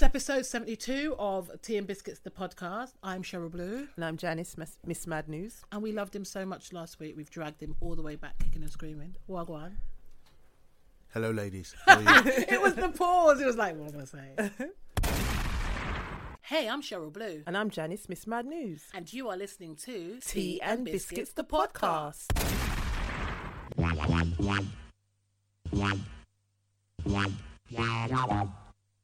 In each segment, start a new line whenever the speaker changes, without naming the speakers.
episode 72 of Tea and Biscuits, the podcast. I'm Cheryl Blue,
And I'm Janice, Miss, Miss Mad News.
and we loved him so much last week, we've dragged him all the way back, kicking and screaming. Wagwan.
Hello, ladies. How are you?
It was the pause. It was like, what am I saying? hey, I'm Cheryl Blue,
And I'm Janice, Miss Mad News.
and you are listening to
Tea and Biscuits, the podcast.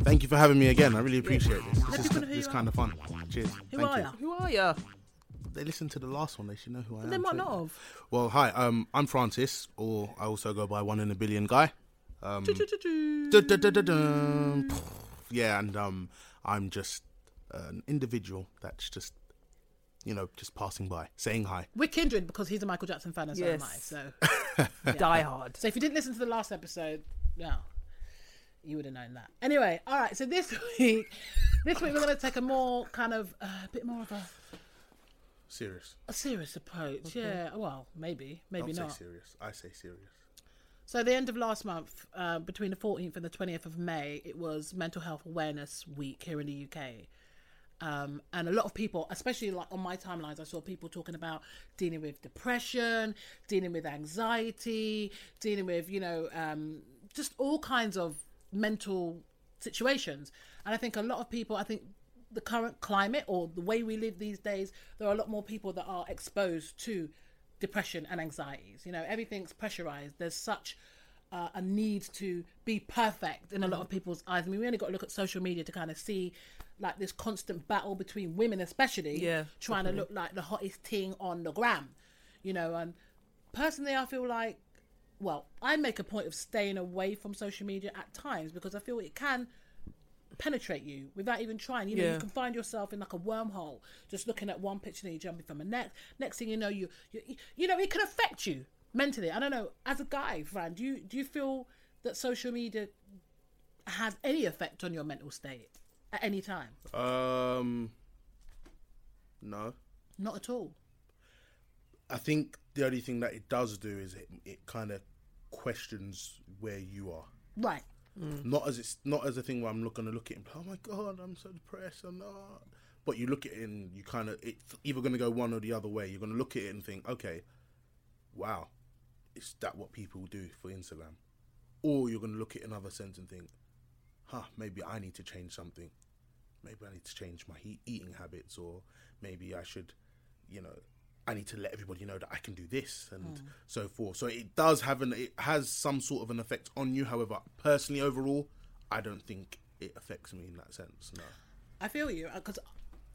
Thank you for having me again. I really appreciate this.
Let
This is,
people know who
this
you
is kind of fun. Cheers.
Who
Thank
are
you.
ya?
Who are you?
They listened to the last one. They should know who I am.
They might
too.
not have.
Well, hi. Um, I'm Francis, or I also go by One in a Billion Guy. Um, du-du-du-dum.
Mm.
yeah, and um, I'm just an individual that's just, you know, just passing by, saying hi.
We're kindred because he's a Michael Jackson fan, and so am I.
Yes.
So,
Die Hard.
so if you didn't listen to the last episode, no, you would have known that. Anyway, all right. So this week, this week we're going to take a more kind of uh, a bit more of a,
Serious.
a serious approach. Yeah. Well, maybe, maybe
Don't
not.
say serious. I say serious.
So the end of last month, uh, between the 14th and the 20th of May, it was Mental Health Awareness Week here in the UK. Um, and a lot of people, especially like on my timelines, I saw people talking about dealing with depression, dealing with anxiety, dealing with you know um, just all kinds of mental situations. And I think a lot of people, I think the current climate or the way we live these days, there are a lot more people that are exposed to depression and anxieties. You know, everything's pressurized. There's such uh, a need to be perfect in a lot of people's eyes. I mean, we only got to look at social media to kind of see like this constant battle between women, especially
Yeah,
trying to look like the hottest thing on the gram, you know. And personally, I feel like, well, I make a point of staying away from social media at times because I feel it can penetrate you without even trying. You know,
Yeah.
you can find yourself in like a wormhole, just looking at one picture and you jumping from the next. Next thing you know, you you, you know it can affect you mentally. I don't know. As a guy, Fran, do you do you feel that social media has any effect on your mental state at any time?
Um, no.
Not at all.
I think the only thing that it does do is it, it kind of questions where you are.
Right.
Not as it's not as a thing where I'm looking to look at it and oh my god I'm so depressed I'm not. But you look at it and you kind of it's either going to go one or the other way. You're going to look at it and think okay, wow, is that what people do for Instagram? Or you're going to look at another sense and think, huh, maybe I need to change something. Maybe I need to change my he- eating habits, or maybe I should, you know, I need to let everybody know that I can do this and so forth. So it does have an, it has some sort of an effect on you. However, personally, overall, I don't think it affects me in that sense. No.
I feel you because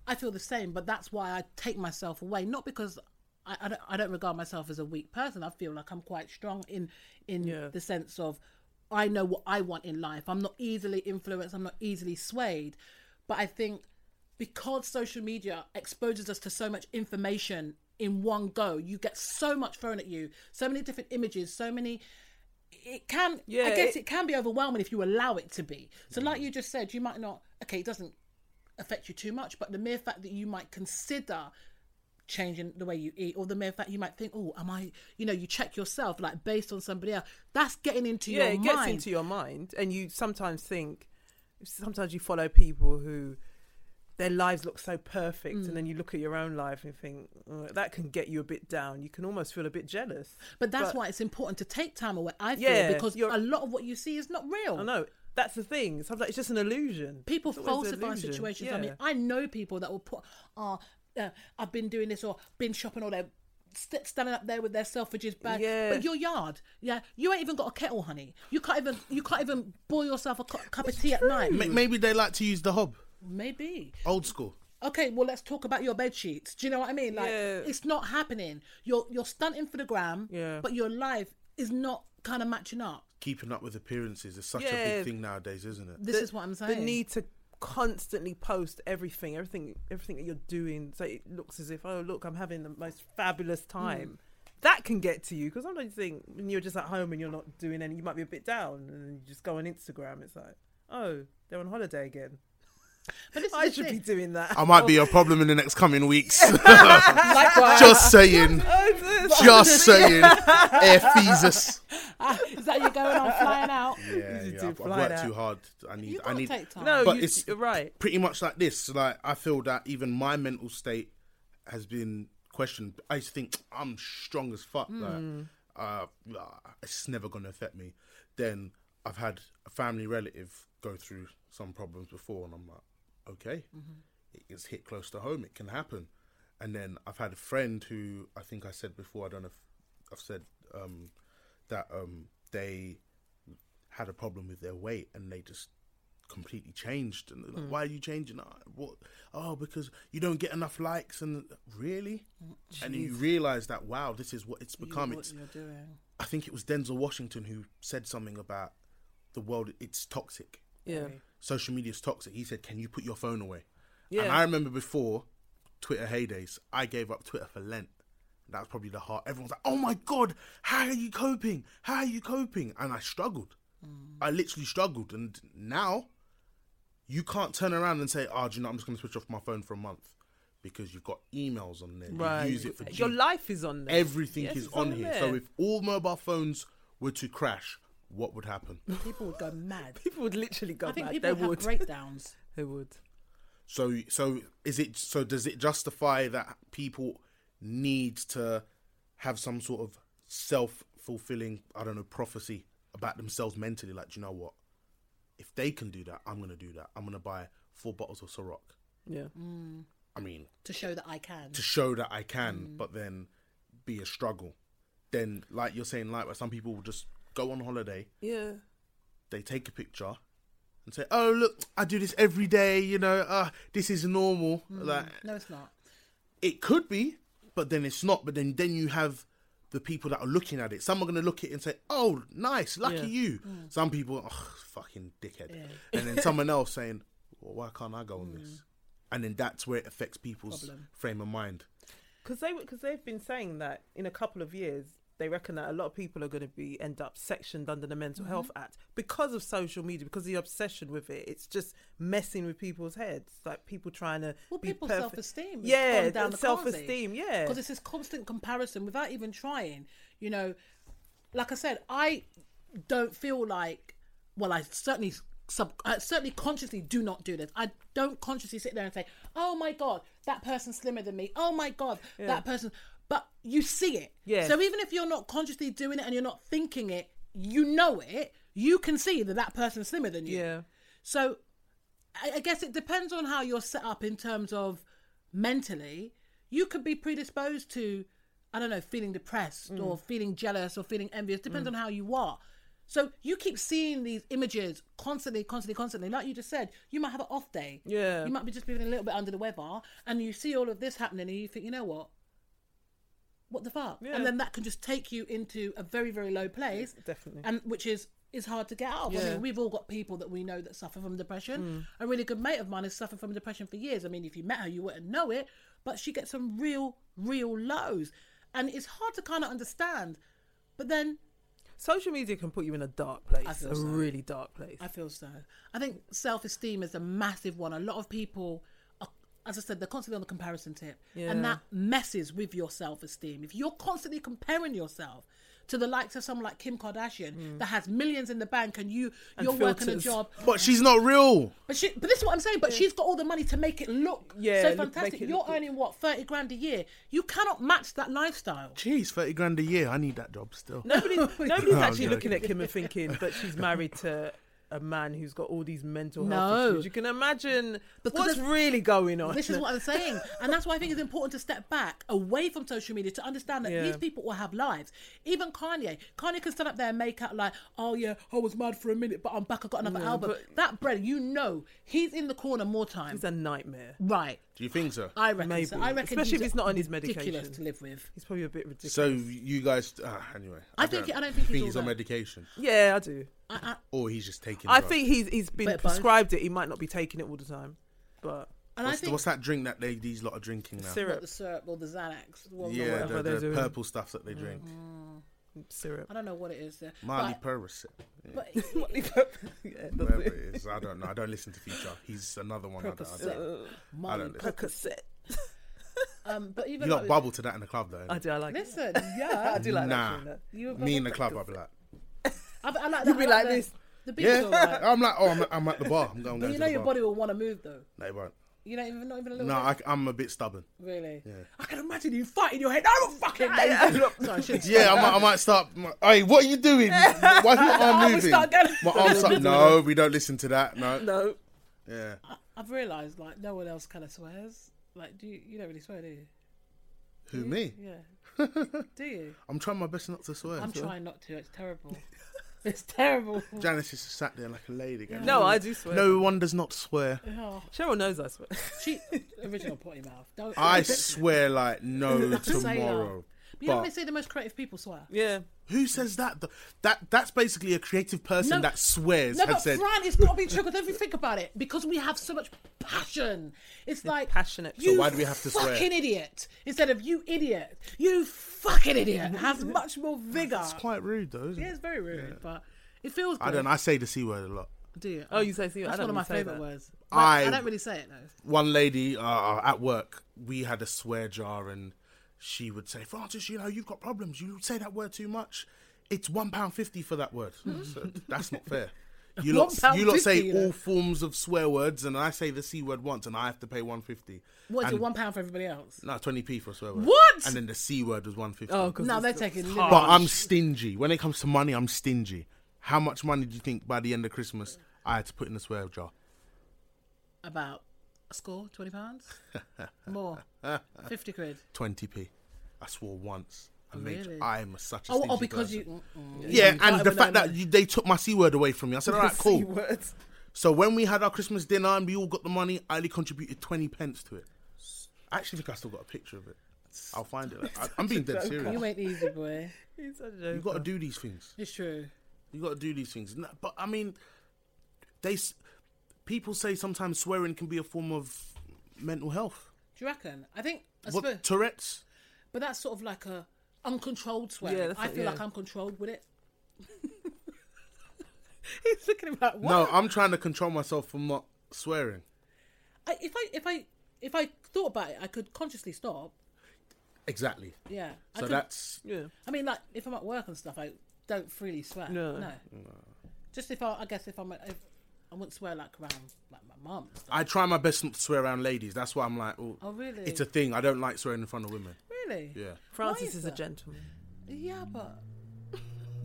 I feel the same, but that's why I take myself away. Not because I, I, don't, I don't regard myself as a weak person. I feel like I'm quite strong in in
Yeah.
the sense of I know what I want in life. I'm not easily influenced. I'm not easily swayed. But I think because social media exposes us to so much information in one go, you get so much thrown at you, so many different images, so many it can
Yeah,
i guess it,
it- Mm.
can be overwhelming if you allow it to be so like you just said you might not okay it doesn't affect you too much but the mere fact that you might consider changing the way you eat or the mere fact you might think oh am i you know you check yourself like based on somebody else that's getting into
Yeah,
your
it
mind
gets into your mind. And you sometimes think, sometimes you follow people who, their lives look so perfect.
Mm.
And then you look at your own life and think, "Ugh," that can get you a bit down. You can almost feel a bit jealous.
but that's
but-
why it's important to take time away i feel
Yeah,
because
you're-
a lot of what you see is not real
I know. That's the thing. Sometimes it's just an illusion.
Mm. people
It's always an
falsify
illusion.
situations.
Yeah.
I mean, I know people that will put, "Ah, uh, I've been doing this or been shopping or they're st- standing up there with their selfridges bag."
Yeah.
But your yard, yeah, you ain't even got a kettle, honey. You can't even you can't even boil yourself a cu- cup of tea at night.
Ma- Maybe they like to use the hob,
Maybe.
old school.
Okay, well, let's talk about your bed sheets. Do you know what I mean? Like,
Yeah.
it's not happening. You're you're stunting for the gram,
Yeah.
but your life is not kind of matching up.
Keeping up with appearances is such a
Yeah.
big thing nowadays, isn't it?
This is what I'm saying.
the need to constantly post everything, everything, everything that you're doing, so it looks as if oh look, I'm having the most
Hmm.
fabulous time. That can get to you because sometimes you think when you're just at home and you're not doing any, you might be a bit down, and then you just go on Instagram. It's like, oh, they're on holiday again.
But this is
I
the
should be
thing.
doing that.
I might be your problem in the next coming weeks.
Likewise.
Just saying. Just saying. Air thesis.
Ah,
is that you going on flying out?
Yeah,
You do
yeah. I've, I've
fly
worked
that.
too hard. I need.
You
I
gotta
need.
take time.
no,
But
you,
it's-
you're right.
pretty much like this. Like I feel that even my mental state has been questioned. I used to think I'm strong as fuck.
Hmm.
Like, uh, nah, it's never gonna affect me. Then I've had a family relative go through some problems before, and I'm like, okay,
Mm-hmm.
it gets hit close to home. It can happen. And then I've had a friend who I think I said before. I don't know if I've said um, that um, they had a problem with their weight and they just completely changed and they're
Mm.
like, why are you changing Uh, what oh because you don't get enough likes and really and then you realize that wow this is what it's
Mm,
become
You know
it's
what you're doing.
i think it was denzel washington who said something about the world it's toxic
Yeah,
social media is toxic he said can you put your phone away and
Yeah.
i remember before twitter heydays i gave up twitter for lent that was probably the heart everyone's like oh my god how are you coping how are you coping and i struggled
Mm.
i literally struggled and now you can't turn around and say oh do you know i'm just going to switch off my phone for a month because you've got emails on there
right.
you use it for
your
G-
life is on there.
everything
Yes,
is
it's
on
on
here
there.
so if all mobile phones were to crash what would happen
People would go mad.
people would literally go
I think
mad.
people
They
would have
would.
breakdowns.
They would.
So so is it so does it justify that people need to have some sort of self fulfilling I don't know prophecy about themselves mentally like do you know what if they can do that I'm going to do that I'm going to buy four bottles of Ciroc
Yeah.
I mean
to show that I can.
to show that I can but then be a struggle then like you're saying like where some people will just go on holiday
Yeah.
they take a picture and say oh look I do this every day you know uh this is normal like
No, it's not.
it could be, but then it's not. But then then you have the people that are looking at it. Some are going to look at it and say, "Oh, nice, lucky
Yeah.
you."
Mm.
Some people, "Oh, fucking dickhead," and then someone else saying, well, "Why can't I go on this?" And then that's where it affects people's
Mm. Problem.
frame of mind.
because they because they've been saying that in a couple of years they reckon that a lot of people are going to be end up sectioned under the mental
Mm-hmm.
health act because of social media because of the obsession with it it's just messing with people's heads like people trying to
Well,
be
people's
perfect.
self-esteem. has
yeah
gone down
the self-esteem yeah
Because it's this constant comparison without even trying. You know, like I said, I don't feel like. Well, I certainly sub. I certainly consciously do not do this. I don't consciously sit there and say, "Oh my god, that person's slimmer than me." Oh my god, that person. But you see it.
Yeah.
So even if you're not consciously doing it and you're not thinking it, you know it. You can see that that person's slimmer than you.
yeah
So I, I guess it depends on how you're set up in terms of mentally. You could be predisposed to, I don't know, feeling depressed
Mm.
or feeling jealous or feeling envious. Depends on how you are. So you keep seeing these images constantly, constantly, constantly. Like you just said, you might have an off day.
Yeah.
You might be just feeling a little bit under the weather, and you see all of this happening, and you think, you know what? What the fuck?
Yeah.
And then that can just take you into a very, very low place
definitely
and which is is hard to get out of. I
Yeah. Hmm.
mean, we've all got people that we know that suffer from depression. A really good mate of mine has suffered from depression for years. I mean, if you met her, you wouldn't know it, but she gets some real, real lows, and it's hard to kind of understand. But then
social media can put you in a dark place
I feel
a
so.
really dark place
I feel so. I think self esteem is a massive one. A lot of people, are, as I said, they're constantly on the comparison tip,
Yeah.
and that messes with your self esteem. If you're constantly comparing yourself to the likes of someone like Kim Kardashian that has millions in the bank, and you you're working a
Hmm. filters.
job,
But she's not real.
but she, but this is what I'm saying. But she's got all the money to make it look
Yeah,
so
look- make
fantastic.
it
You're
look good.
earning what thirty grand a year. You cannot match that lifestyle.
Jeez, thirty grand a year. I need that job still.
Nobody, nobody's
I'm
actually
joking.
looking at Kim and thinking that she's married to a man who's got all these mental health
No.
issues. You can imagine
Because
what's
it's-
really going on.
This is what I'm saying. And that's why I think it's important to step back away from social media to understand that
Yeah.
these people will have lives. Even Kanye. Kanye can stand up there and make out like, oh yeah, I was mad for a minute, but I'm back, I got another album.
but-
That bread, you know, he's in the corner more time.
It's a nightmare.
Right.
Do you think so?
I reckon so.
Maybe.
I reckon
Especially if
he's
he's not on his
ridiculous
medication.
to live with.
He's probably a bit ridiculous.
So you guys, uh, anyway.
I think- I don't think he's all
he's on
that.
medication.
yeah, I do.
I,
or he's just taking.
I
drugs.
think he's he's been
Bit of both.
prescribed it. He might not be taking it all the time, but
and I
What's, the-
think
what's that drink that they these lot are drinking now?
what,
syrup,
the syrup or the Xanax. the one-
yeah,
whatever
the,
they're
the
doing.
purple stuff that they drink.
Mm-hmm.
syrup.
I don't know what it is there.
Marley
But-
Perricet,
But,
yeah,
whatever it is. I don't know. I don't listen to Future. He's another one. I don't, I don't.
Marley
listen.
Perkins. Um, but even
You lot
like-
bubble to that in the club though.
I do. I like. it.
listen, yeah,
I do like
Nah.
that. actually, that.
you
Me in the club, I'd be like,
I, I like that.
You'd be
I
like
the-
this.
The beat's
yeah.
alright.
I'm like, oh, I'm, I'm at the bar. I'm going. I'm
But
going
you
to
know
the
your
bar.
body will want to move though.
No, it won't.
You don't even not even a little
No,
bit.
I, am a bit stubborn.
really.
Yeah.
I can imagine you fighting your head. I'm a fucking. Sorry, I shouldn't say
Yeah, I might, I might start. my- Hey, what are you doing? Why's your arm
arm
moving?
start going-
My arm's start. No, we don't listen to that. No.
No,
Yeah.
that. I've realised like no one else kind of swears. Like do you, you don't really swear, do you?
Who me?
Yeah. do you?
I'm trying my best not to swear.
I'm trying not to. It's terrible. it's terrible.
Janice is sat there like a lady. Going,
no, I do swear.
No one does not swear.
Oh,
Cheryl knows I swear.
she original potty mouth. Don't.
I
But
swear like no
Say that.
tomorrow.
you know when
but-
they say the most creative people swear.
yeah,
Who says that? Th- That that's basically a creative person
No-
that swears
No,
and
but
said,
Fran, it's got to be triggered. Don't you think about it? Because we have so much passion. It's like
passionate.
You
So why do we have to swear?"
Fucking idiot! Instead of you idiot, you fucking idiot has much more vigor.
"It's quite rude, though." Isn't
Yeah,
it?
it's very rude, but it feels. Good.
I don't. know, I say the c word a lot.
Do you?
Oh, you say- see, I
That's
don't
one of my
really say
favorite
that.
words.
I-
I don't really say it though.
One lady uh, at work, we had a swear jar, and she would say, "Francis, you know you've got problems. You say that word too much. It's one pound fifty for that word.
Hmm.
so that's not fair." You lot,
£1.50,
you lot say
you know.
all forms of swear words, and I say the c word once, and I have to pay one fifty.
What is
and,
it? One pound for everybody else?
No, twenty p for a swear word.
What?
And then the c word was one fifty.
Oh, 'cause
No,
it's-
they're taking.
it's
little-
But I'm stingy. When it comes to money, I'm stingy. How much money do you think by the end of Christmas I had to put in the swear jar?
about a score, twenty pounds, more, fifty quid.
20p. I swore once. I made,
Really?
I'm such a
Oh,
stingy
oh because
person.
you. mm-mm.
Yeah,
You can't
and the
even
fact
know
that you, they took my C word away from me, I said, all right,
C
cool.
words.
So when we had our Christmas dinner and we all got the money, I only contributed 20 pence to it. I actually think I still got a picture of it. I'll find it. I, I'm being dead serious.
You ain't easy, boy.
He's such a
You've
joke.
got to do these things.
It's true.
You got to do these things. No, But I mean, they s- people say sometimes swearing can be a form of mental health.
Do you reckon? I think. I suppose,
What Tourette's?
but that's sort of like a uncontrolled swear.
Yeah, that's
I
it,
feel like
yeah.
I'm controlled with it. He's looking at me like, what?
No, I'm trying to control myself from not swearing.
I, if I if I if I thought about it, I could consciously stop.
Exactly.
Yeah. I
So
could,
that's
Yeah.
I mean, like if I'm at work and stuff, I don't freely swear.
No.
No. Just if I, I guess if I'm, at, if, I wouldn't swear like around like my mum. and stuff.
I try my best not to swear around ladies. That's why I'm like, oh,
Oh really?
it's a thing. I don't like swearing in front of women.
really.
Yeah.
Francis
is
is, a
that?
gentleman.
Yeah, but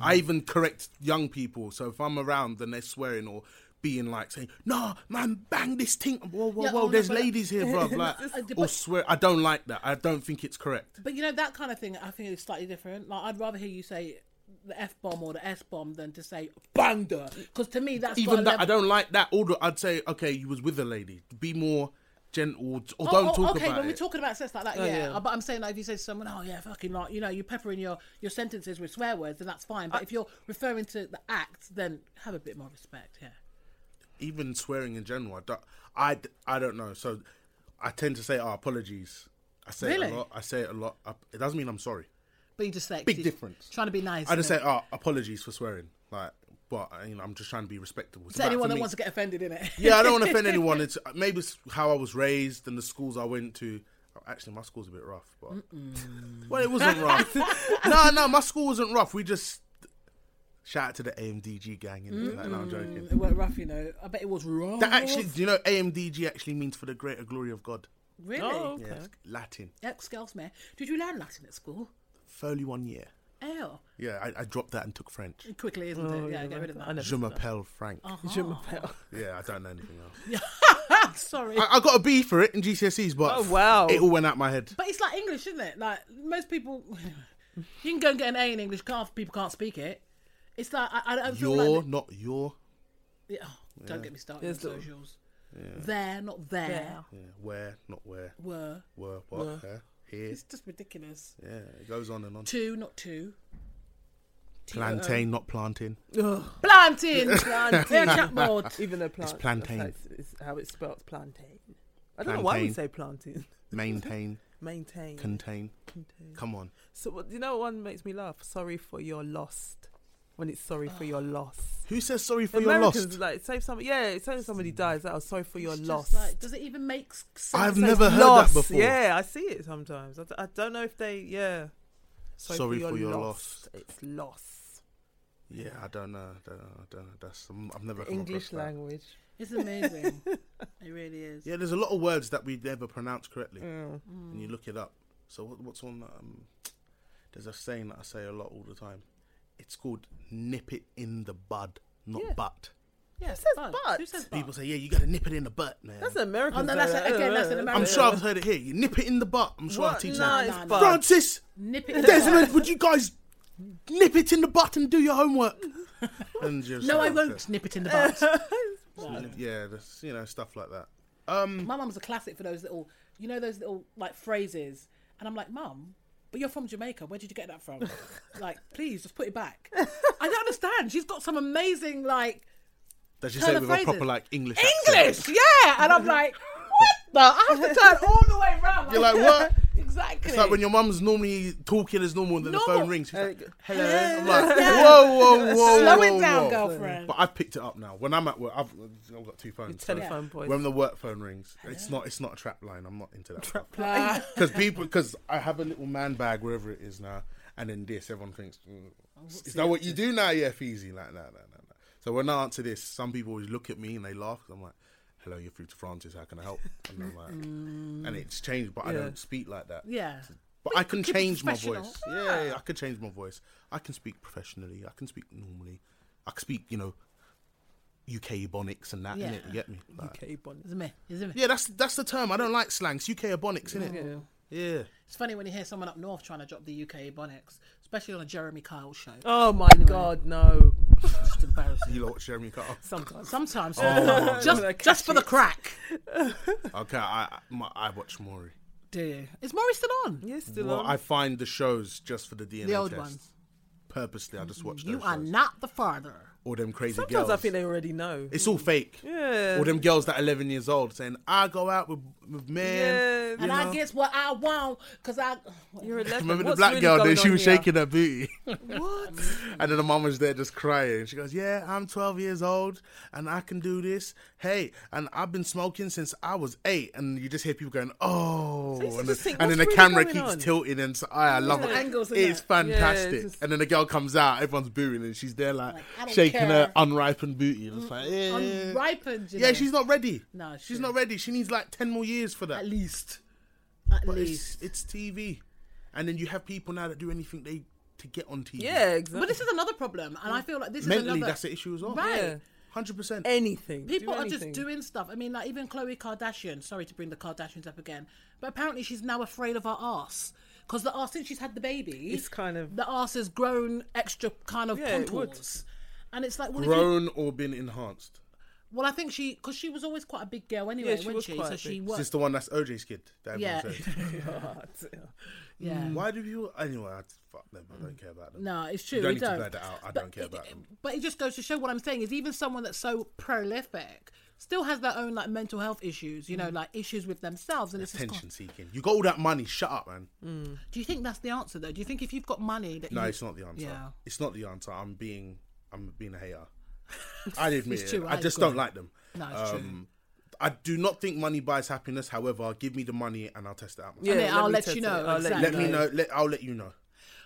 I even correct young people. So if I'm around and they're swearing or being like saying, "Nah, man, bang this thing." Whoa, whoa,
Yeah,
whoa!
oh, no,
there's
but-
ladies here, bruv. Like, or
but-
swear. I don't like that. I don't think it's correct.
but you know that kind of thing. I think is slightly different. Like I'd rather hear you say the f bomb or the s bomb than to say banger because to me that's got
even
a
that, I
level-
don't like that order. I'd say, okay, you was with a lady. Be more gentle, or or
Oh,
don't
oh,
talk
okay,
about
when
it. Oh,
we're talking about sex like that, yeah.
yeah.
But I'm saying, like, if you say to someone, "Oh yeah, fucking like," you know, you're peppering your your sentences with swear words, then that's fine. But if you're referring to the act, then have a bit more respect. Yeah.
even swearing in general, I don't, I, d- I don't know. So I tend to say, oh, apologies. I say it
Really?
a lot. I say it a lot. I, it doesn't mean I'm sorry.
But you just say
Big difference.
Trying to be nice.
I just
innit?
say, oh, apologies for swearing. Like, but I mean, I'm just trying to be respectable. It's
to
about-
anyone
for
that
me-
wants to get offended in it.
yeah, I don't want to offend anyone. It's uh, maybe it's how I was raised and the schools I went to. Actually, my school's a bit rough, but well, it wasn't rough. no, no, my school wasn't rough. We just shout out to the AMDG gang. innit? Like, no, I'm joking.
it weren't rough, you know. I bet it was wrong.
That actually, do you know, AMDG actually means for the greater glory of God.
really.
Oh, okay.
It's Latin.
Excuse me. Did you learn Latin at school?
Only one year.
Oh,
Yeah, I, I dropped that and took French.
quickly, isn't
Oh,
it? Yeah,
yeah,
get rid of
I
that.
know.
Je m'appelle Frank.
Je m'appelle.
Yeah, I don't know anything else.
Ah, sorry.
I, I got a B for it in GCSEs, but
Oh, wow.
it all went out my head.
But it's like English, isn't it? Like most people, you can go and get an A in English. Can't people can't speak it? It's like I, I don't feel
You're
like.
not your.
Yeah, oh, don't get me started on
There's the-
socials. There, not there.
There.
Yeah, where, not where,
Were.
were, what, huh, here.
It's just ridiculous.
Yeah, it goes on and on.
Two, uh, not two.
um,
Plantain, not planting.
Ugh.
Planting.
Plantain.
Yeah, chatbot.
Even though plant,
plantain.
that's how it's, it's how it's spelled plantain. I don't know why we
Plantain.
say plantain.
Maintain,
Maintain.
contain.
Contain.
Come on.
So what- you know, what one makes me laugh. Sorry for your lost. When it's sorry for your loss.
Who says sorry Ah. for your
Americans
lost?
like save somebody. Yeah, it's saying somebody dies. That was sorry for your
It's just
loss.
like, does it even make s- sense?
I've
Like,
never heard
loss.
that before.
Yeah, I see it sometimes. I, d- I don't know if they. Yeah.
Sorry for your
lost. It's loss.
Yeah, I don't know. I don't know. I don't know. That's um, I've never
The
come
English
across that.
language.
It's amazing. it really is.
Yeah, there's a lot of words that we never pronounce correctly,
Mm.
and you look it up. So what, what's on? that, Um, there's a saying that I say a lot all the time. It's called "nip it in the bud," not
Yeah.
"butt."
Yeah,
says
bud?
but?
Who says but?
People say, "Yeah, you got to nip it in the butt, man."
That's American. uh,
Oh, no, that's a- again, that's an
I'm
American-
sure I've heard it here. You nip it in the butt. I'm sure I've
What?
teach
No,
that.
it's
No, no, no.
but.
Francis,
Nip it in the
Desmond,
bud.
would you guys nip it in the butt and do your homework? And just-
No, I won't nip it in the butt. No.
Yeah, that's, you know stuff like that. Um,
My mum's a classic for those little, you know, those little like phrases. And I'm like, Mum, but you're from Jamaica. Where did you get that from? like, please just put it back. I don't understand. She's got some amazing like
does she
Turn
say
the
it with a proper
phrases.
like English? accent?
English, yeah. And I'm like, what the? I have to turn all the way around.
You're like, what?
Exactly.
It's like when your mum's normally talking as normal, and then the phone
Normal.
rings. She's like,
Hello.
I'm like,
Yeah.
whoa, whoa, whoa,
Slow
whoa,
it down,
whoa.
girlfriend.
But I've picked it up now. When I'm at work, I've, I've got two phones. so
Telephone boys.
When the work phone rings, it's not it's not a trap line. I'm not into that.
Uh,
Because people, because I have a little man bag wherever it is now, and then this, everyone thinks, mm, is that what you do now? Yeah, Feezy, like no, no, no, no. So when I answer this, some people always look at me and they laugh. 'cause I'm like, hello, you're through to Francis. How can I help? And I'm like, and it's changed, but I
Yeah.
don't speak like that.
yeah.
But I can
keep it
change my
professional.
voice. Yeah, yeah, I can change my voice. I can speak professionally. I can speak normally. I can speak, you know, UK ebonics and that.
Yeah.
Innit? You get me? Like-
Okay, bonnet.
Is it me? Is it me?
yeah, that's that's the term. I don't like slangs. UK ebonics, innit?
Yeah.
Yeah.
It's funny when you hear someone up north trying to drop the UK bonics, especially on a Jeremy Kyle show.
Oh my God, no.
It's just embarrassing.
You lot watch Jeremy Carter.
Sometimes.
Sometimes,
Oh.
just
Catch
just for the
it.
crack.
Okay, I I- my, I watch Maury.
Do you? Is Maury still on?
Yes, still
well,
on.
I find the shows just for the DNA
The old
test.
ones.
Purposely, I just watch those
You are
shows.
not the father.
All them crazy
Sometimes
girls.
I think they already know.
it's all fake.
Yeah.
All them girls that are 11 years old saying, I go out with, with men.
Yeah.
And I guess what I want, cause I.
You're 11.
Remember
What's
the black
really
girl?
going
Then she
on
was
here?
shaking her booty,
What?
and then the mum was there just crying. She goes, "Yeah, I'm 12 years old, and I can do this. Hey, and I've been smoking since I was eight. And you just hear people going, "Oh,"
you
and,
just
the-
think,
and then the
"What's really
camera
going
keeps
on?"
tilting, and so, I, I love
The
it.
angles in
It's
that.
fantastic.
Yeah, it's just-
And then the girl comes out, everyone's booing, and she's there like,
Like, I don't
shaking
care. Mm,
her unripened booty, and it's like, yeah,
Unripened, you
yeah,
know.
she's not ready.
No,
she's
she-
not ready. She needs like 10 more years for that.
at least. At
But
least.
it's, it's TV. And then you have people now that do anything they to get on TV.
Yeah, exactly.
But this is another problem, and I feel like this
Mentally,
is another.
that's the issue as well.
Right.
Yeah.
100%.
anything.
People
Do
are just
anything.
doing stuff. I mean, like even Khloe Kardashian. Sorry to bring the Kardashians up again, but apparently she's now afraid of her ass because the ass since she's had the baby,
It's kind of-
the ass has grown extra kind of
Yeah, it would.
contours, and it's like well, if you-
Grown or been enhanced.
well, I think she because she was always quite a big girl anyway,
she
wasn't
was
she?
quite
so
a
she
big-
Is
was
this the one that's OJ's kid? That
Yeah.
everyone says?
yeah.
Why do people. Anyway, I, fuck them. I don't care about them.
No, it's true.
You don't
we
need to blur that out. I don't care
it-
about them.
But it just goes to show what I'm saying is even someone that's so prolific still has their own like mental health issues. You know, like issues with themselves, and it's just
Mm.
Mm-hmm.
Attention seeking. You got all that money. Shut up, man.
Do you think that's the answer though? Do you think if you've got money that
No,
you...
it's not the answer.
Yeah.
It's not the answer. I'm being I'm being a hater. I admit
It's
it.
true,
I
I
just
agree.
don't like them.
No, it's
um,
true.
I do not think money buys happiness. However, give me the money and I'll test it out. myself.
Yeah, I'll
me
let
test
you
it.
know,
I'll you
exactly.
Let me know. Let I'll let you know.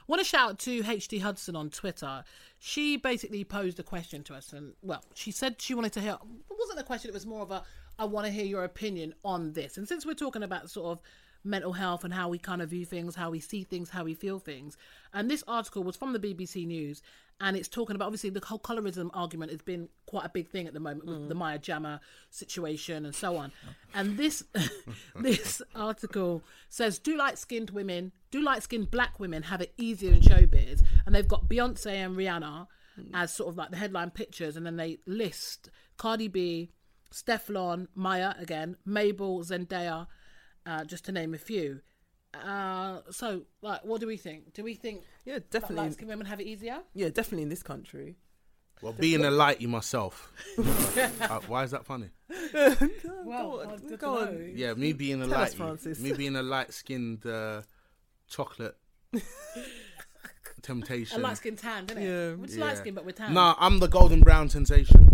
Want to shout out to HD Hudson on Twitter. She basically posed a question to us, and well, she said she wanted to hear. It wasn't a question; it was more of a, "I want to hear your opinion on this." And since we're talking about sort of mental health and how we kind of view things, how we see things, how we feel things, and this article was from the BBC News, and it's talking about obviously the whole colorism argument has been quite a big thing at the moment with the Maya Jama situation and so on. And this this article says do light skinned women, do light skinned black women have it easier in showbiz? And they've got Beyonce and Rihanna as sort of like the headline pictures, and then they list Cardi B, Stefflon, Maya again, Mabel, Zendaya, uh, just to name a few. Uh, so, like, what do we think? Do we think
Yeah,
that
definitely.
light skinned women have it easier?
yeah, definitely in this country.
Well, being a lighty myself. Uh, why is that funny?
Well,
on,
well, good to
go on.
know.
Yeah, me being a
Tell us,
lighty,
Francis.
me being a light-skinned uh, chocolate
A
temptation.
light skin tan, isn't it?
Yeah.
We're just
Yeah.
light skin, but we're tan.
Nah, I'm the golden brown sensation.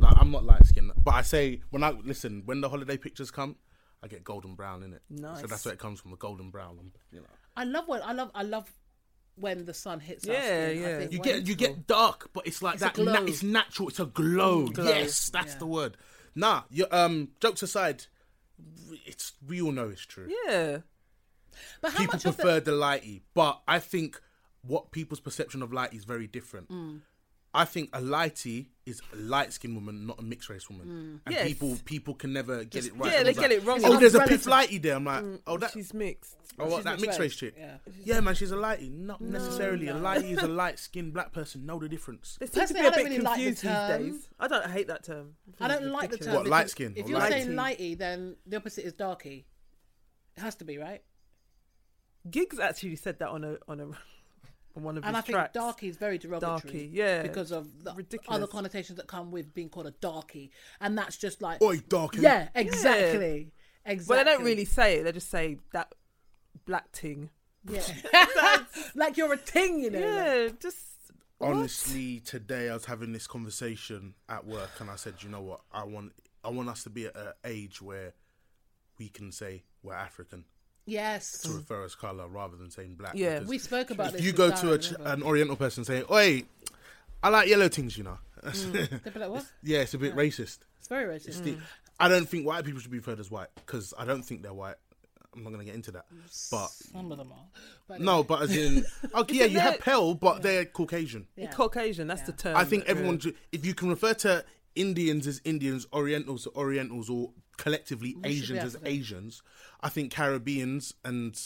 Like, I'm not light skinned, but I say when I listen when the holiday pictures come, I get golden brown in it. So
Nice.
that's where it comes from, the golden brown. um, You know,
I love when I love I love when the sun hits. our
Yeah,
skin, I
yeah.
think
you
when-
get you get dark, but it's like
a
that. na-
glow.
it's natural. It's a glow. Yes, that's
Yeah.
the word. Nah, you, um, jokes aside, it's we all know it's true.
Yeah,
But how
people
much of
prefer
the
the lighty, but I think what people's perception of lighty is very different. I think a lighty is a light skinned woman, not a mixed race woman. And
Yes.
people people can never get it right.
yeah, they
Someone's
get
like,
it wrong.
Oh, there's a
Relative.
piff lighty there. I'm like, oh, that,
she's mixed.
oh, what, that
mixed
mixed race
race,
chick.
yeah.
Yeah, man, she's a lighty. Not necessarily. A
no.
lighty is a light skinned black person. Know the difference.
They seem to
Personally,
be a
I don't
bit
really like the
confused
term.
these days. I don't I hate that term.
I don't like the term.
What,
because
light skin
If
or
you're
light
saying
tea?
lighty, then the opposite is darky. It has to be right.
Gigs actually said that on a on a on one of
And
his
I think
tracks.
darky is very derogatory.
Darky, yeah.
Because of the
Ridiculous.
other connotations that come with being called a darky, and that's just like
Oi, darky.
yeah, exactly, exactly.
Well, they don't really say it. They just say that black ting.
Yeah. like you're a ting, you know. like-
Yeah, just
honestly today i was having this conversation at work and i said you know what i want i want us to be at an age where we can say we're african
Yes.
to refer as color rather than saying black
Yeah.
because
We spoke about
if
this.
you
with
go
Zara,
to a, ch-
remember?
an oriental person saying oi i like yellow things you know
They'd be like, what?
yeah it's a bit racist
It's very racist.
The- i don't think white people should be referred as white because i don't think they're white i'm not going to get into that but
Some of them are. But
no but as in okay yeah you have
that-
pale but they're caucasian
Yeah.
Caucasian. That's the term.
I
uh,
think
that-
everyone, ju- if you can refer to Indians as Indians, Orientals as Orientals, or collectively
should be
Asians as
African.
Asians, I think Caribbeans and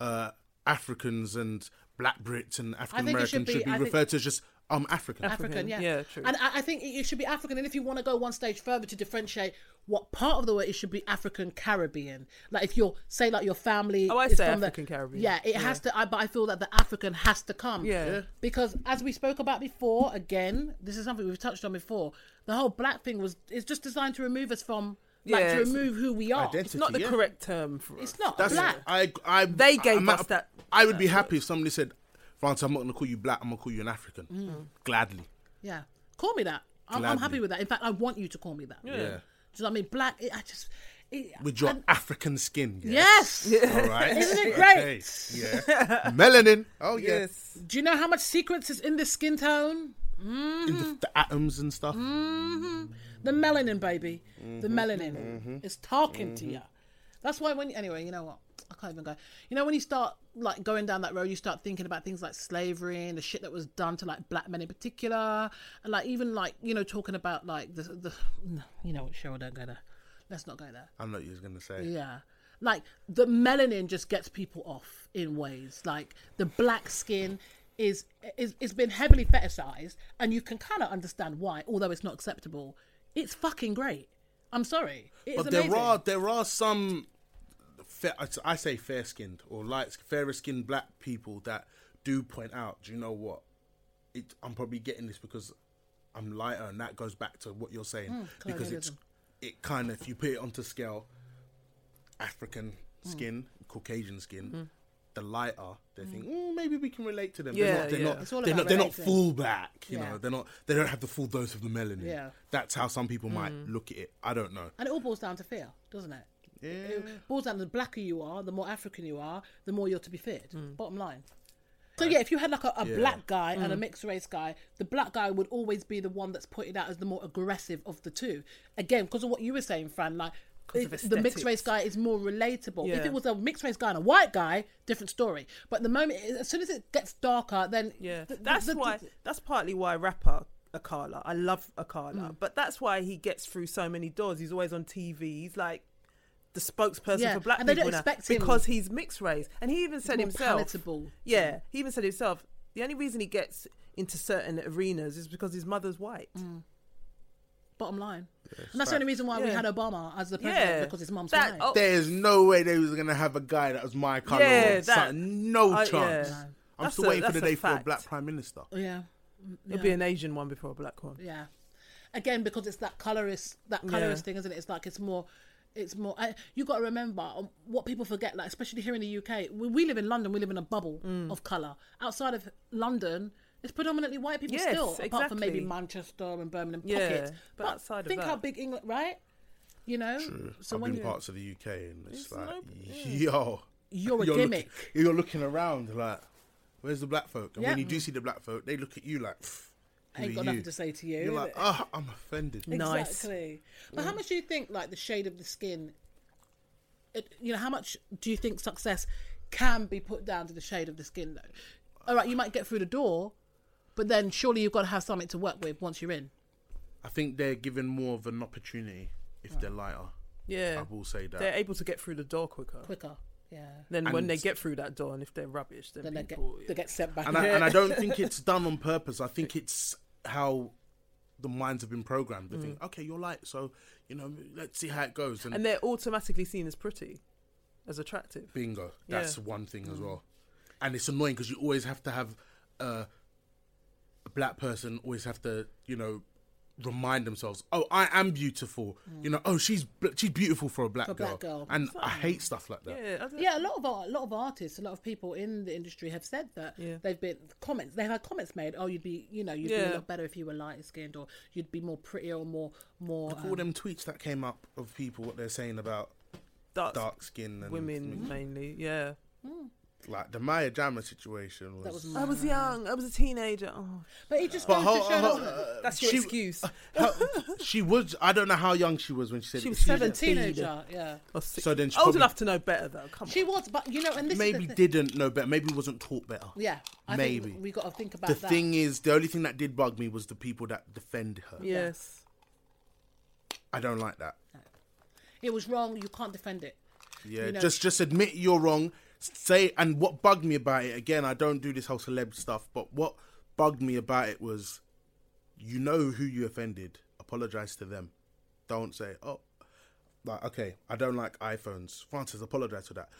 uh, Africans and Black Brits and African
think it should
Americans should
be-
be,
I think-
referred to as just um African.
African,
African,
yeah.
yeah, true.
And I, I think it it should be African. And if you want to go one stage further to differentiate what part of the word, it should be African Caribbean. Like if you're, say, like your family.
Oh, I
is
say
from the-
African Caribbean.
Yeah, it has to. I, but I feel that the African has to come.
Yeah. Yeah.
Because as we spoke about before, again, this is something we've touched on before. The whole black thing was is just designed to remove us from, like,
Yeah,
to
it's-
remove who we are.
Identity,
It's not the
yeah.
correct term. For
It's not
That's
black.
I, I,
They gave
I'm at
us
a-
that-
I would be happy if somebody said, "France, I'm not going to call you black. I'm going to call you an African."
Mm.
Gladly.
Yeah. Call me that. I'm, I'm
Gladly.
happy with that. In fact, I want you to call me that.
Yeah.
Do you know what I mean? Black, it, I just. It,
With your
and-
African skin.
yes!
All right.
Isn't it
Okay,
great?
Yeah. Melanin. Oh yeah.
yes.
Do you know how much secrets is in this skin tone?
in the, the atoms and stuff.
The melanin, baby. The melanin is talking to you. That's why when anyway, you know what? I can't even go. You know when you start like going down that road, you start thinking about things like slavery and the shit that was done to like black men in particular, and like even like you know talking about like the the no, you know what Cheryl don't go there. Let's not go there.
I know what you was gonna say.
Yeah. Like the melanin just gets people off in ways. Like the black skin is is it's been heavily fetishized and you can kind of understand why, although it's not acceptable. It's fucking great. I'm sorry. It's
But
amazing.
there are there are some, fair, I- I say fair skinned or light fairer skinned black people that do point out. Do you know what? It, I'm probably getting this because I'm lighter, and that goes back to what you're saying
Mm,
because it's
colonialism.
it kind of if you put it onto scale, African skin, Caucasian skin.
Mm.
The lighter, they think "Mm, maybe we can relate to them.
Yeah,
they're not, they're
yeah.
not,
It's all
they're
about
not, they're not
relating.
full back. You
Yeah.
know, they're not, they don't have the full dose of the melanin.
Yeah. Mm.
That's how some people might look at it. I don't know.
And it all boils down to fear, doesn't it? Yeah. It boils down to the blacker you are, the more African you are, the more you're to be feared.
Mm.
Bottom line. So yeah, if you had like a, a black guy and a
Mm.
mixed race guy, the black guy would always be the one that's pointed out as the more aggressive of the two. Again, because of what you were saying, Fran, like
of
if the mixed race
aesthetics.
guy is more relatable. If
Yeah.
it was a mixed race guy and a white guy, different story. But the moment, as soon as it gets darker, then
Yeah,
th- th-
that's
th-
why.
th-
That's partly why rapper Akala. I love
Mm.
Akala, but that's why he gets through so many doors. He's always on TV. He's like the spokesperson
Yeah,
for black
and they don't
people now
expect him-
because he's mixed race, and he even said
more
himself.
palatable.
Yeah, he even said himself.
Mm.
The only reason he gets into certain arenas is because his mother's white.
Bottom line, and that's the only reason why we
Yeah.
had Obama as the president
Yeah.
because his mum's
That-
white.
oh,
There's no way they was gonna have a guy that was my colour.
Yeah,
on.
that-
Son, no
I-
chance.
yeah.
I'm
That's
still
a-
waiting for the
that's a
day for a
fact.
black prime minister.
yeah,
It'll be an Asian one before a black one.
yeah. Again, because it's that colorist, that colorist thing, isn't it? It's like it's more, it's more. I, you got to remember um, what people forget, like especially here in the UK. We, we live in London. We live in a bubble
Mm.
of color. Outside of London, it's predominantly white people
Yes,
still, apart from maybe
exactly.
Manchester and Birmingham
Yeah,
pockets.
but outside of
think
that-
how big England, right? You know, so
I've
when
been
you,
parts of the UK and it's, like,
no-
yo,
You're a
looking-
gimmick.
you're looking around like, where's the black folk? And when
Yeah.
you do see the black folk, they look at you like, "Pff, who
ain't
are
got
you?
nothing to say to you.
You're
innit?
like, ah, I'm offended.
Nice.
Exactly. But how much do you think, like the shade of the skin, it, you know, how much do you think success can be put down to the shade of the skin? Though, all right, you might get through the door, but then surely you've got to have something to work with once you're in.
I think they're given more of an opportunity if they're lighter.
Yeah,
I will say that.
they're able to get through the door quicker.
Quicker, yeah.
Then when
And-
they get through that door, and if they're rubbish, then,
Then they get
people.
they get sent back.
and, I,
in.
and I don't think it's done on purpose. I think it's how the minds have been programmed. They think, okay, you're light, so you know, let's see how it goes. And,
and they're automatically seen as pretty, as attractive.
bingo, that's
Yeah.
one thing as well. And it's annoying because you always have to have uh, a black person always have to, you know. Remind themselves, oh, I am beautiful. You know, oh, she's bl- she's beautiful for a black,
For a
girl.
black girl.
and I hate stuff like that.
Yeah, I don't-
Yeah, a lot of art, a lot of artists, a lot of people in the industry have said that
Yeah.
they've been comments. They've had comments made. Oh, you'd be, you know, you'd be
Yeah.
a lot better if you were lighter skinned, or you'd be more prettier, or more, more.
All
um,
them tweets that came up of people what they're saying about
dark,
dark mm-hmm. skin and
women mainly. Yeah,
like the Maya Jama situation was.
that was
I
mine.
was young. I was a teenager. Oh,
um," But it just
But
goes
how-
to show.
how-
that-
uh,
that's your
she-
excuse.
how- she was. I don't know how young she was when she said
She
it.
was
She was a
17.
teenager, yeah.
Or six-
So then she
Oh, old
probably-
enough to know better though. Come on.
She was, but you know, and this
maybe
is the thi-
didn't know better. Maybe wasn't taught better.
yeah. I
maybe.
think we got to think about
The
that.
thing is, the only thing that did bug me was the people that defend her.
Yes.
I don't like that.
it was wrong. You can't defend it.
Yeah,
You know-
just just admit you're wrong. Say and what bugged me about it again. I don't do this whole celeb stuff, but what bugged me about it was, you know who you offended. Apologize to them. Don't say oh, like okay, I don't like iPhones. Francis, apologize for that.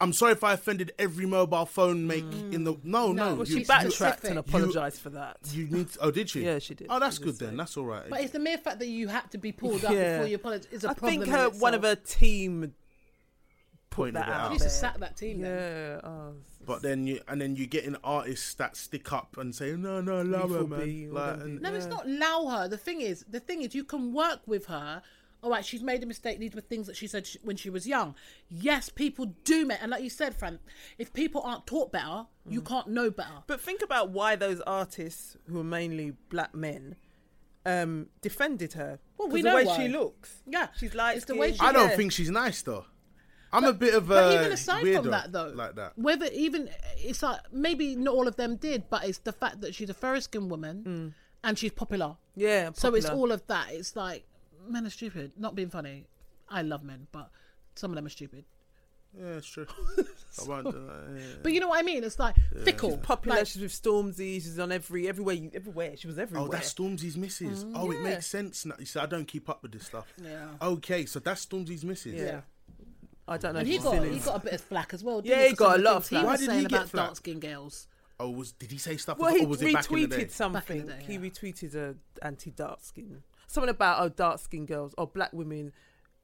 I'm sorry if I offended every mobile phone make in the no no.
No,
Well,
well,
she
you-
backtracked
specific.
and apologised for that.
you need. To, oh, did she?
Yeah, she did.
Oh, that's
She did
good
say.
then. That's all right.
But it's the mere fact that you had to be pulled up
Yeah.
before you apologize is a
I
problem.
think
in
her, one of
itself.
her team put
Pointed
that
it
out.
out.
She used to
there.
sack that team. then.
Yeah. Oh,
But then you and then you get in artists that stick up and say no no allow her
Lethal B,
man.
all
Like,
them
and-
No, it's not allow her. The thing is, the thing is, you can work with her. All right, she's made a mistake. These were things that she said sh when she was young. Yes, people do, mate. And like you said, Fran, if people aren't taught better,
Mm.
you can't know better.
But think about why those artists, who are mainly black men, um, defended her.
Well,
'Cause
we
the
know
way
why.
she looks.
Yeah,
she's like
it's the way she
I don't
Yeah.
think she's nice though. I'm a bit of a
But even aside
weirdo
from that, though,
like that.
whether even it's like maybe not all of them did, but it's the fact that she's a fair skinned woman and she's popular.
Hmm. Yeah.
So it's
popular.
all of that. It's like men are stupid. Not being funny, I love men, but some of them are stupid.
Yeah, it's true. I won't do that, yeah.
But you know what I mean? It's like fickle.
popular.
Like,
she's with Stormzy. She's on every everywhere. You, everywhere she was everywhere.
Oh, that's Stormzy's missus. oh, it
Yeah.
makes sense now. You see, I don't keep up with this stuff.
Mm, Yeah.
Okay, so that's Stormzy's missus.
yeah. I don't know.
and
if
he
she's
got
still
he
is.
got a bit of flack as well. didn't
Yeah, he
for
got
some
a lot of
things
flack.
He
Why
was
did he
saying
get
about
flack?
dark skinned girls.
Oh, was did he say stuff?
Well,
or
he
was it back in the day?
retweeted something.
day,
He
yeah.
retweeted a anti-dark skin. Something about oh, dark skinned girls or black women.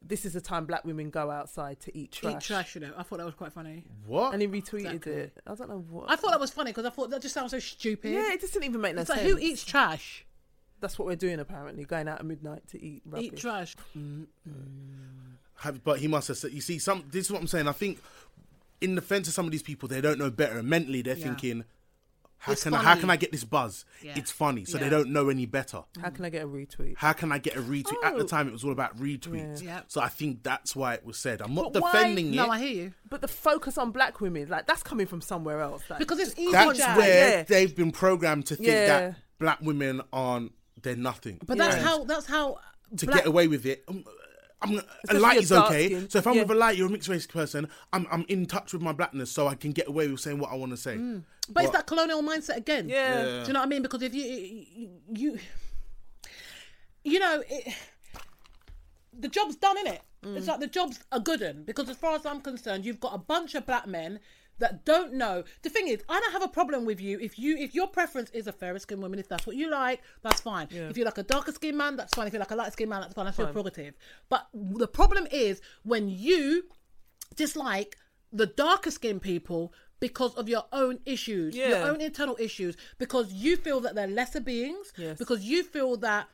This is the time black women go outside to eat trash.
Eat trash, you know. I thought that was quite funny.
What?
And he retweeted
Exactly.
it. I don't know what.
I thought that was funny because I thought that just sounds so stupid.
yeah, it just didn't even make no
it's like
sense.
who eats trash?
That's what we're doing apparently. Going out at midnight to eat rubbish.
Eat trash.
Have- but he must have said. You see, some. This is what I'm saying. I think, in the fence of some of these people, they don't know better. And mentally, they're
Yeah.
thinking, how
It's
can I, how
funny.
can I get this buzz?
Yeah.
It's funny, so
Yeah.
they don't know any better.
How can I get a retweet?
How can I get a retweet? At the
Oh.
time, it was all about retweets.
Yeah. Yeah.
So I think that's why it was said. I'm not
But why-
defending
No,
it.
I hear you.
But the focus on black women, like that's coming from somewhere else. Like,
Because it's easy
that's
jazz.
where
Yeah.
they've been programmed to think
Yeah.
that black women aren't they're nothing.
But that's
Yeah.
how that's how
to
black-
get away with it. I'm, I'm, a
Especially
light
a
is
dark
okay.
skin.
So if I'm
Yeah.
with a light, you're a mixed race person. I'm I'm in touch with my blackness, so I can get away with saying what I want to say.
Mm. But it's that colonial mindset again.
Yeah.
Do you know what I mean? Because if you you you know, it, the job's done, in it. It's like the job's a good one because, as far as I'm concerned, you've got a bunch of black men that don't know. The thing is, I don't have a problem with you if you if your preference is a fairer skinned woman. If that's what you like, that's fine. If you like a darker skinned man, that's fine. If you like a light skinned man, that's fine. That's your prerogative. But the problem is when you dislike the darker skinned people because of your own issues, your
Yeah.
own internal issues, because you feel that they're lesser beings,
Yes.
because you feel that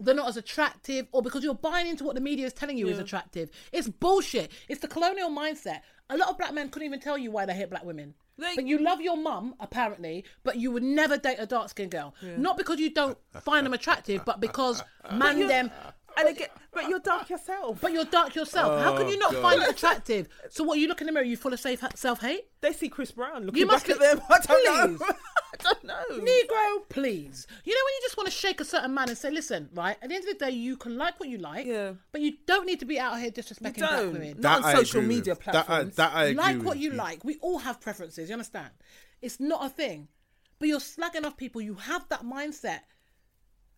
they're not as attractive, or because you're buying into what the media is telling you is attractive. It's bullshit. It's the colonial mindset. A lot of black men couldn't even tell you why they hate black women.
They-
but you love your mum, apparently, but you would never date a dark skinned girl. Not because you don't find them attractive, but because man them
And again, but you're dark yourself.
but you're dark yourself. How can you not
Oh, God.
find it attractive? So what? You look in the mirror, you full of self hate?
They see Chris Brown looking
You must
back
be-
at them. I don't know.
Please.
I don't know.
Mm.
Negro, please. You know when you just want to shake a certain man and say, "Listen, right? At the end of the day, you can like what you like,
Yeah.
but you don't need to be out here disrespecting black
don't.
women.
Not on
I
social
agree
media
with. That I-
platforms.
That I, agree
like what
with.
you like. We all have preferences. You understand? It's not a thing. But you're slagging off people. You have that mindset.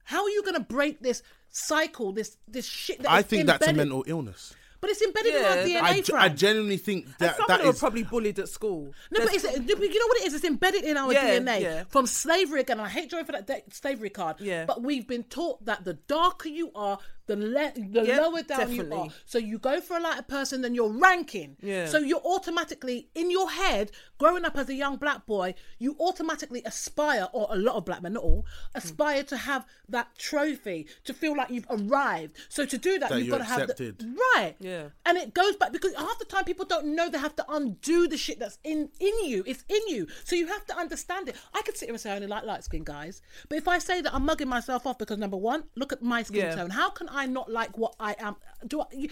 How are you going to break this cycle? This this shit. That
I
is
think
embedded,
that's a mental illness.
But it's embedded
Yeah,
in our DNA.
I, ge- I
Fran.
genuinely think that
Some of
that
them were
is
probably bullied at school.
No, but it's, you know what it is? It's embedded in our
Yeah,
DNA
yeah.
from slavery again. I hate drawing for that de- slavery card.
Yeah.
But we've been taught that the darker you are, the le- the
Yep,
lower down you are.
definitely.
So you go for a lighter person, then you're ranking.
Yeah.
So you're automatically in your head, growing up as a young black boy, you automatically aspire, or a lot of black men, not all, aspire to have that trophy, to feel like you've arrived. So to do that,
That
you've
you're
got to have the,
accepted.
Right.
Yeah.
And it goes back because half the time people don't know they have to undo the shit that's in in you. It's in you. So you have to understand it. I could sit here and say I only like light skin guys. But if I say that I'm mugging myself off because number one, look at my skin
Yeah.
tone. How can I not like what I am? Do I you,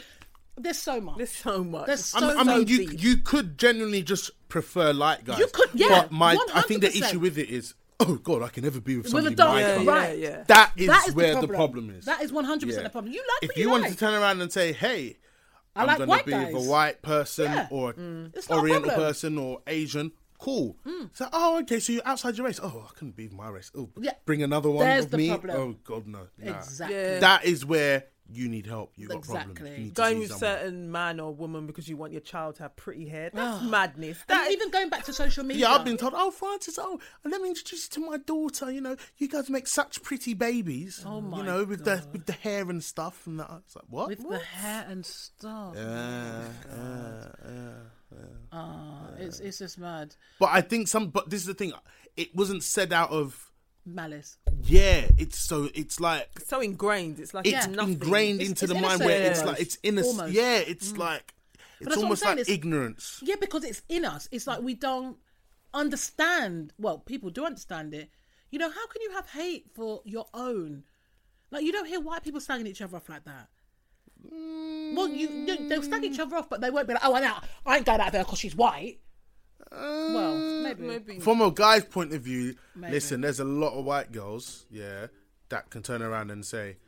there's so much.
There's so much.
There's so
I mean, I
much.
mean, you
deep.
you could genuinely just prefer light guys.
You could- yeah,
But my, I think the
100%.
issue with it is, oh god, I can never be with somebody
a dark
my
Yeah,
colour.
yeah, right.
yeah.
That is,
That is the
where the
problem.
problem is.
That is 100%
Yeah.
the problem. You like
If
what
you
you
wanted
like.
to turn around and say, hey, I am
like
gonna
white
be with
guys.
a white person
Yeah. Mm.
or
It's not a
Oriental
problem. Mm.
person or Asian. Cool. So, oh, okay. So you're outside your race. Oh, I couldn't be with my race. Oh,
Yeah.
bring another one
There's
of
the
me.
problem.
Oh God, no. Nah.
Exactly.
Yeah.
That is where you need help. You got
Exactly.
problems. You need to
Going
see
with
someone.
certain man or woman because you want your child to have pretty hair. That's madness. That
Ah. And even going back to social media.
Yeah, I've been told, oh, Francis, oh, and let me introduce you to my daughter. You know, you guys make such pretty babies. Oh,
my
You know, with the with the hair and stuff. And that. It's like, what?
with the hair and stuff.
Uh, uh, uh, uh.
Ah, it's it's just mad
But I think some, but this is the thing, it wasn't said out of,
malice.
yeah, it's so, it's like,
it's so ingrained. It's like
it's
nothing.
ingrained
It's-
into
it's
the mind where
innocent.
it's like, it's innocent.
Almost.
Yeah, it's like, it's
that's what I'm
almost
saying,
like
it's-
ignorance.
Yeah, because it's in us. It's like we don't understand. Well, people do understand it. You know, how can you have hate for your own? Like you don't hear white people slagging each other off like that. Well, you you- they'll slag each other off, but they won't be like, "Oh, no, I ain't going out there because she's white." well, maybe.
Maybe.
From a guy's point of view, listen, there's a lot of white girls, yeah, that can turn around and say,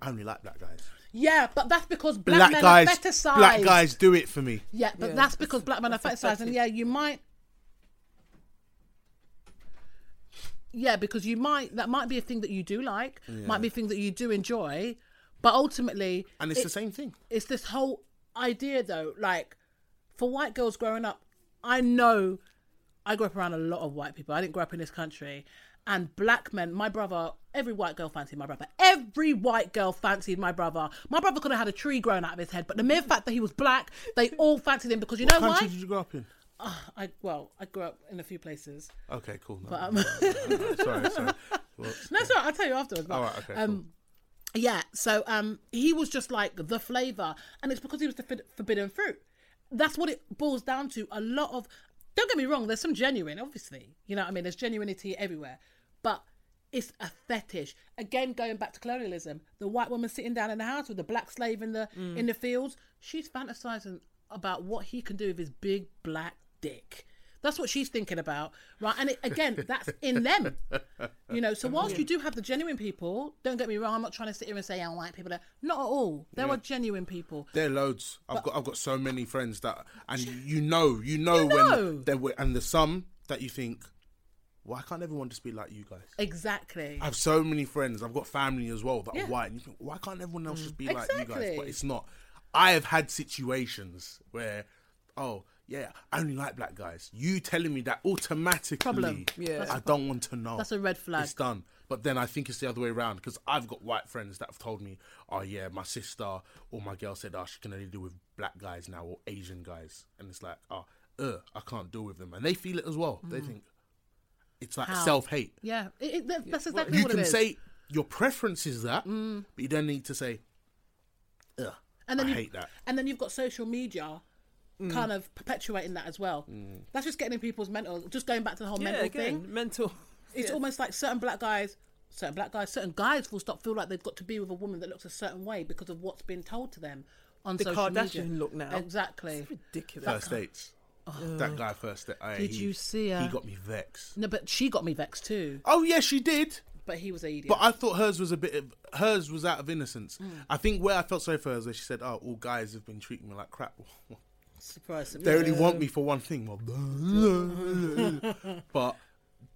I only like black guys.
Yeah, but that's because black,
Black
men are
guys,
fetishized.
black guys do it for me.
Yeah, but
Yeah,
that's because black men are
that's a
fetishized, and
fetish.
yeah, you might. Yeah, because you might that might be a thing that you do like, might be a thing that you do enjoy, but ultimately,
And it's
it-
the same thing.
It's this whole idea, though, like for white girls growing up, I know I grew up around a lot of white people. I didn't grow up in this country. And black men, my brother, every white girl fancied my brother. Every white girl fancied my brother. My brother could have had a tree growing out of his head, but the mere fact that he was black, they all fancied him because you know
What
why? Ah,
country did you grow up in?
I well, I grew up in a few places.
Okay, cool. No, no, no, no, no, sorry, sorry. Whoops.
No, sorry, I'll tell you afterwards. But,
All right, okay.
um, Yeah, so um, he was just like the flavor, and it's because he was the fid- forbidden fruit. That's what it boils down to. A lot of, don't get me wrong, there's some genuine, obviously. You know what I mean? There's genuinity everywhere, but it's a fetish. Again, going back to colonialism, the white woman sitting down in the house with the black slave in the in the fields, she's fantasizing about what he can do with his big black dick. That's what she's thinking about, right? And it, again, that's in them. You know, so whilst you do have the genuine people, don't get me wrong, I'm not trying to sit here and say, oh, white people are. Not at all. There are genuine people.
There are loads. I've got I've got so many friends that, and you know, you know,
know.
when there were, and there's some that you think, why can't everyone just be like you guys?
Exactly.
I have so many friends. I've got family as well that
Yeah. Mm.
are white. And you think, why can't everyone else just be like you guys? But
Exactly.
it's not. I have had situations where, oh yeah, I only like black guys. You telling me that automatically?
Problem.
Yeah. That's
I don't want to know.
That's a red flag.
It's done. But then I think it's the other way around because I've got white friends that have told me, oh yeah, my sister or my girl said, oh, she can only deal with black guys now or Asian guys, and it's like, oh, uh, I can't deal with them, and they feel it as well. They think it's like
Mm. How?
self hate
Yeah, it, it, that- that's exactly
you
what it
can
is.
say your preference is that, but you don't need to say, Ugh,
and then
I
you,
hate that. Mm.
And then you've got social media kind of perpetuating that as well. That's just getting in people's mental. Just going back to the whole mental
again,
thing.
mental.
It's almost like certain black guys, certain black guys, certain guys will stop feel like they've got to be with a woman that looks a certain way because of what's been told to them on
The
social media.
Kardashian look now.
Exactly.
It's ridiculous.
First dates. that guy first date. aye,
Did
he-
you see her?
He got me vexed.
No, but she got me vexed too.
Oh yeah, she did.
But he was an idiot.
But I thought hers was a bit of hers was out of innocence.
Mm.
I think where I felt sorry for her is where she said, "Oh, all guys have been treating me like crap.
Surprised.
they only want me for one thing." Well, but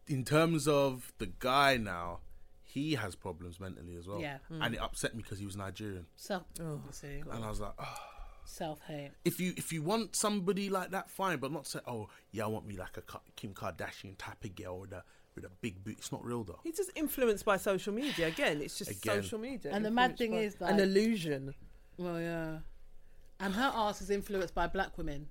in terms of the guy now, he has problems mentally as well.
Yeah. Mm.
and it upset me because he was Nigerian,
self.
Oh.
see,
and I was like, oh.
self hate.
if you if you want somebody like that, fine, but not say, oh yeah, I want me like a Ka- Kim Kardashian type of girl with a with a big boot. It's not real though.
He's just influenced by social media. Again, it's just
Again.
social media.
And the mad
influenced
thing
by-
is,
an
like-
illusion.
Well, yeah. And her ass is influenced by black women.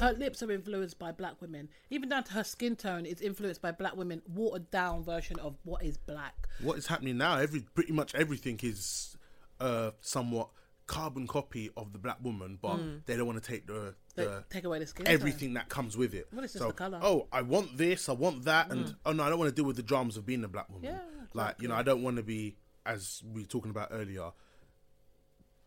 Her lips are influenced by black women. Even down to her skin tone is influenced by black women. Watered down version of what is black.
What is happening now? Every pretty much everything is uh somewhat carbon copy of the black woman, but they don't want to take the
They
the
take away the skin. tone.
everything that comes with it.
Well, it's just
So,
the colour.
Oh, I want this, I want that, and oh no, I don't want to deal with the dramas of being a black woman.
Yeah,
Like you know, I don't want to be as we were talking about earlier,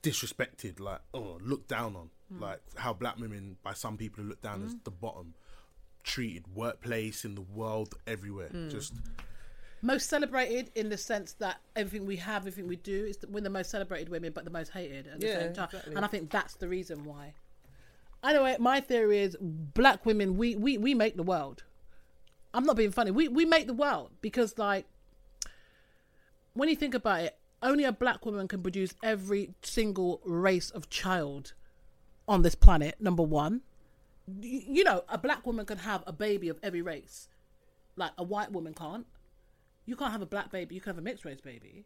disrespected, like oh, looked down on,
Mm.
like how black women by some people are looked down as the bottom, treated workplace in the world everywhere.
Mm.
Just
Most celebrated in the sense that everything we have, everything we do, is we're the most celebrated women, but the most hated at the
Yeah,
same time.
exactly.
And I think that's the reason why. Anyway, my theory is black women. We we we make the world. I'm not being funny. We we make the world because like when you think about it, only a black woman can produce every single race of child on this planet. Number one, you, you know, a black woman can have a baby of every race, like a white woman can't. You can't have a black baby. You can have a mixed race baby.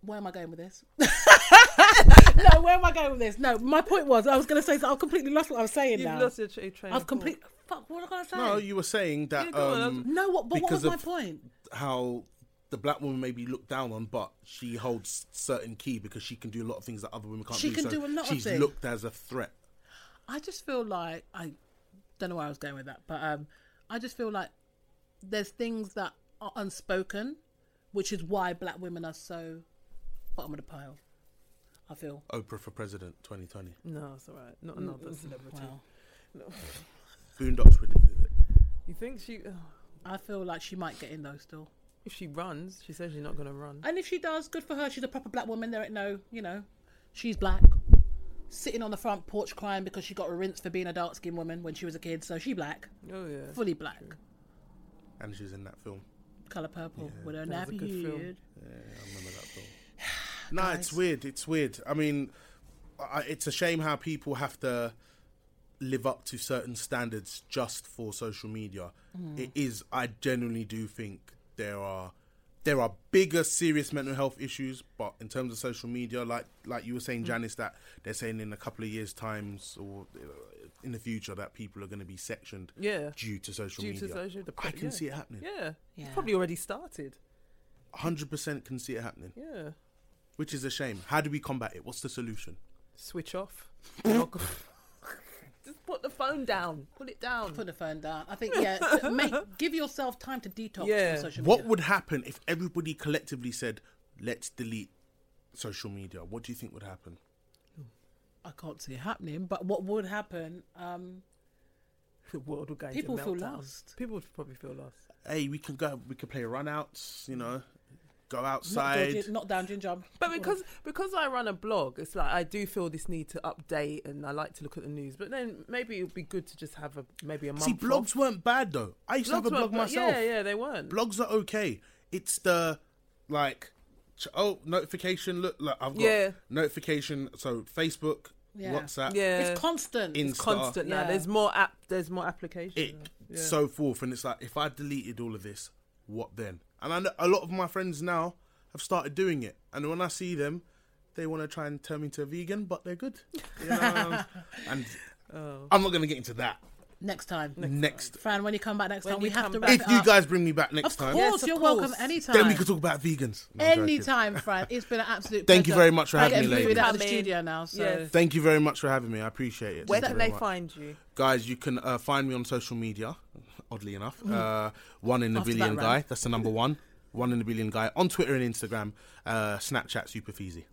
Where am I going with this? no, where am I going with this? No, my point was I was going to say so I've completely lost what I was saying
You've
now.
lost your tra- train.
I've
of
complete. Fuck, what was I going to say?
no, you were saying that.
Yeah, go on,
um,
No, what, but what was
because
my
of-
point?
how the black woman may be looked down on, but she holds certain key because she can do a lot of things that other women can't
She
do.
can
so
do a lot of
she's
things.
looked as a thought.
I just feel like I don't know where I was going with that, but um, I just feel like there's things that are unspoken, which is why black women are so bottom of the pile. I feel.
Oprah for president 2020.
thought. No, it's all right. Not
Mm,
another celebrity.
Wow.
Boondocks with
You think she? Oh,
I feel like she might get in though still.
if she runs, she says she's not going to run.
And if she does, good for her. She's a proper black woman. There ain't no, you know, she's black. Sitting on the front porch crying because she got a rinse for being a dark skinned woman when she was a kid. So she black,
Oh yeah.
fully black,
and she's in that film.
color purple with her
That was a
nappy
good film.
beard.
Yeah, I remember that film. no, it's weird. It's weird. I mean, I, it's a shame how people have to live up to certain standards just for social media. It is. I genuinely do think there are there are bigger serious mental health issues, but in terms of social media, like like you were saying, Janice, that they're saying in a couple of years' times or uh, in the future that people are going to be sectioned
Yeah.
due to social
Due
media.
to social. The,
I can
yeah.
see it happening.
Yeah.
Yeah.
It's probably already started.
Hundred percent can see it happening.
Yeah.
which is a shame. How do we combat it? What's the solution?
Switch off. Log off. Just put the phone down. Put it down.
Put the phone down. I think yeah. th- Make give yourself time to detox
Yeah.
from social media.
What would happen if everybody collectively said, "Let's delete social media"? What do you think would happen?
I can't see it happening, but what would happen? Um,
the world would go into
people feel
meltdown.
lost.
People would probably feel lost.
Hey, we can go. We can play runouts. You know, go
Not,
outside.
Georgie- not down ginger. I'm-
But because because I run a blog, it's like I do feel this need to update, and I like to look at the news. But then maybe it would be good to just have a maybe a month.
See, blogs
off.
weren't bad though. I used to have a
Blogs
blog
weren't-
myself.
Yeah, yeah, they weren't.
Blogs are okay. It's the like ch- oh notification look like I've got
Yeah.
notification. So Facebook,
Yeah.
WhatsApp,
yeah,
it's constant.
Insta,
constant now.
Yeah.
There's more app. There's more applications.
it
Mm,
Yeah.
so forth. And it's like if I deleted all of this, what then? And I know a lot of my friends now have started doing it. And when I see them, they want to try and turn me into a vegan, but they're good. You know? um, and
Oh.
I'm not gonna get into that
next time,
next.
Fran, when you come back next
When
time, we
you
have
come
to
back.
wrap
If
it
you
up.
guys bring me back next
of
time,
course,
Yes, of
you're welcome
course.
anytime.
then we can talk about vegans. No, I'm joking.
Anytime, Fran. It's been an absolute.
Thank you
pleasure.
very much for
I
having
get
me,
food
ladies.
out of the
Come in.
studio now. So
Yes.
Thank you very much for having me. I appreciate it.
Where
Thank
can
you
they
very much.
find you?
Guys, you can uh, find me on social media, oddly enough. Uh, one in
Mm-hmm.
a
After that
billion
rant.
guy. That's the number one. One in a billion guy on Twitter and Instagram. Uh, Snapchat, super feasy.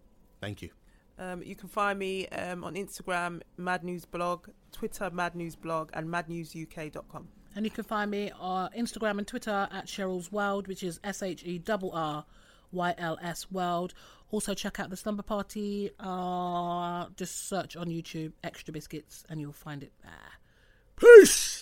Thank you.
Um, you can find me um, on Instagram, Mad News Blog, Twitter, Mad News Blog, and madnewsuk.com.
And you can find me on Instagram and Twitter at Cheryl's World, which is S H E R R Y L S World. Also, check out the Slumber Party. Uh, just search on YouTube Extra Biscuits and you'll find it there.
Peace.